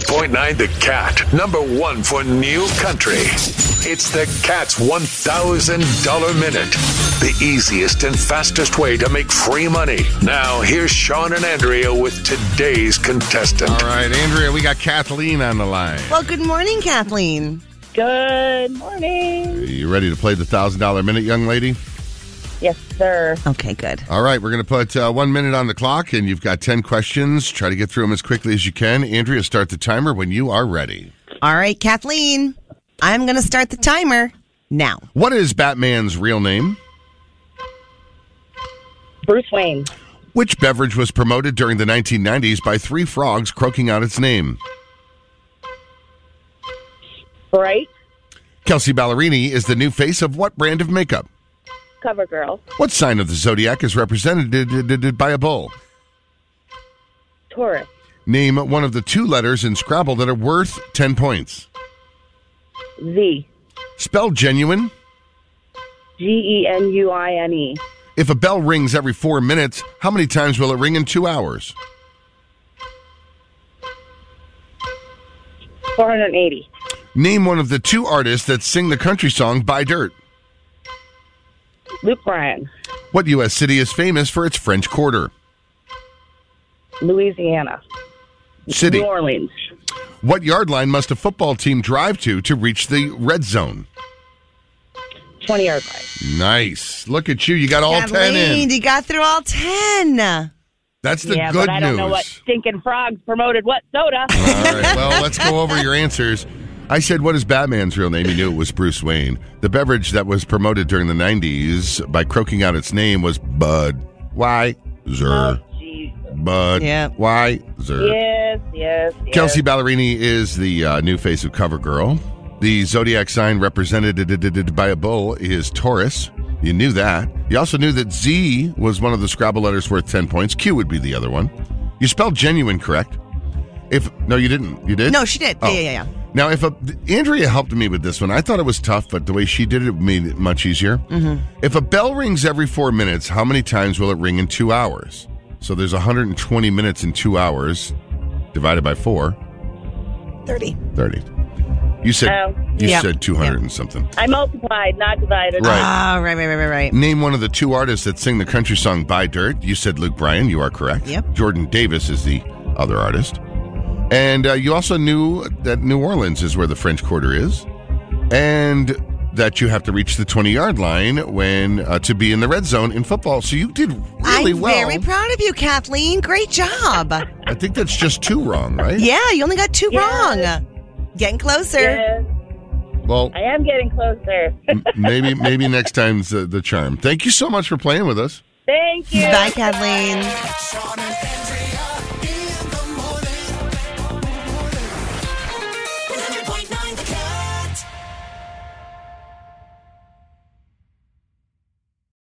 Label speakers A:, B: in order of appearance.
A: 100.9 The Cat, number one for new country. It's the Cat's $1,000 minute, the easiest and fastest way to make free money. Now, here's Sean and Andrea with today's contestant.
B: All right, Andrea, we got Kathleen on the line.
C: Well, good morning, Kathleen.
D: Good morning.
B: Are you ready to play the thousand dollar minute, young lady?
D: Yes, sir.
C: Okay, good.
B: All right, we're going to put uh, one minute on the clock, and you've got ten questions. Try to get through them as quickly as you can. Andrea, start the timer when you are ready.
C: All right, Kathleen, I'm going to start the timer now.
B: What is Batman's real name?
D: Bruce Wayne,
B: Which beverage was promoted during the 1990s by three frogs croaking out its name?
D: Bright,
B: Kelsey Ballerini is the new face of what brand of makeup?
D: Cover Girl,
B: What sign of the zodiac is represented by a bull?
D: Taurus,
B: Name one of the two letters in Scrabble that are worth 10 points.
D: Z,
B: Spell genuine.
D: G E N U I N E,
B: If a bell rings every four minutes, how many times will it ring in two hours?
D: 480,
B: Name one of the two artists that sing the country song By Dirt.
D: Luke Bryan,
B: What U.S. city is famous for its French Quarter?
D: Louisiana,
B: City.
D: New Orleans,
B: What yard line must a football team drive to to reach the red zone?
D: 20 yard line.
B: Nice. Look at you. You got all 10
C: Kathleen,
B: in.
C: you got through all 10.
B: That's the
D: yeah,
B: good
D: but I don't
B: news.
D: know what stinking frogs promoted what soda.
B: All right. Well, let's go over your answers. I said, "What is Batman's real name?" You knew it was Bruce Wayne. The beverage that was promoted during the '90s by croaking out its name was Bud. Why?
D: oh,
B: Zer.
D: geez.
B: Bud.
C: Yeah.
B: Why? Zer.
D: Yes, yes, yes.
B: Kelsey Ballerini is the uh, new face of CoverGirl. The zodiac sign represented by a bull is Taurus. You knew that. You also knew that Z was one of the Scrabble letters worth 10 points. Q would be the other one. You spelled genuine correct. If no, you didn't. You did.
C: No, she did. Yeah, yeah, yeah.
B: Now, if a, Andrea helped me with this one, I thought it was tough, but the way she did it made it much easier. Mm-hmm. If a bell rings every four minutes, how many times will it ring in two hours? So there's 120 minutes in two hours, divided by four.
C: 30.
B: 30. You said
D: Oh.
B: you
C: Yeah.
B: said 200 and something.
D: I multiplied, not divided.
B: Right.
C: Ah, right, right, right, right, right.
B: Name one of the two artists that sing the country song By Dirt. You said Luke Bryan. You are correct.
C: Yep.
B: Jordan Davis is the other artist. And uh, you also knew that New Orleans is where the French Quarter is and that you have to reach the 20 yard line when uh, to be in the red zone in football. So you did really
C: I'm
B: well.
C: very proud of you, Kathleen. Great job.
B: I think that's just two wrong, right?
C: yeah, you only got two
D: Yes.
C: wrong. Getting closer.
D: Yes,
B: Well,
D: I am getting closer.
B: m- maybe maybe next time's the, the charm. Thank you so much for playing with us.
D: Thank you.
C: Bye, Kathleen.
E: Sean and Andrea.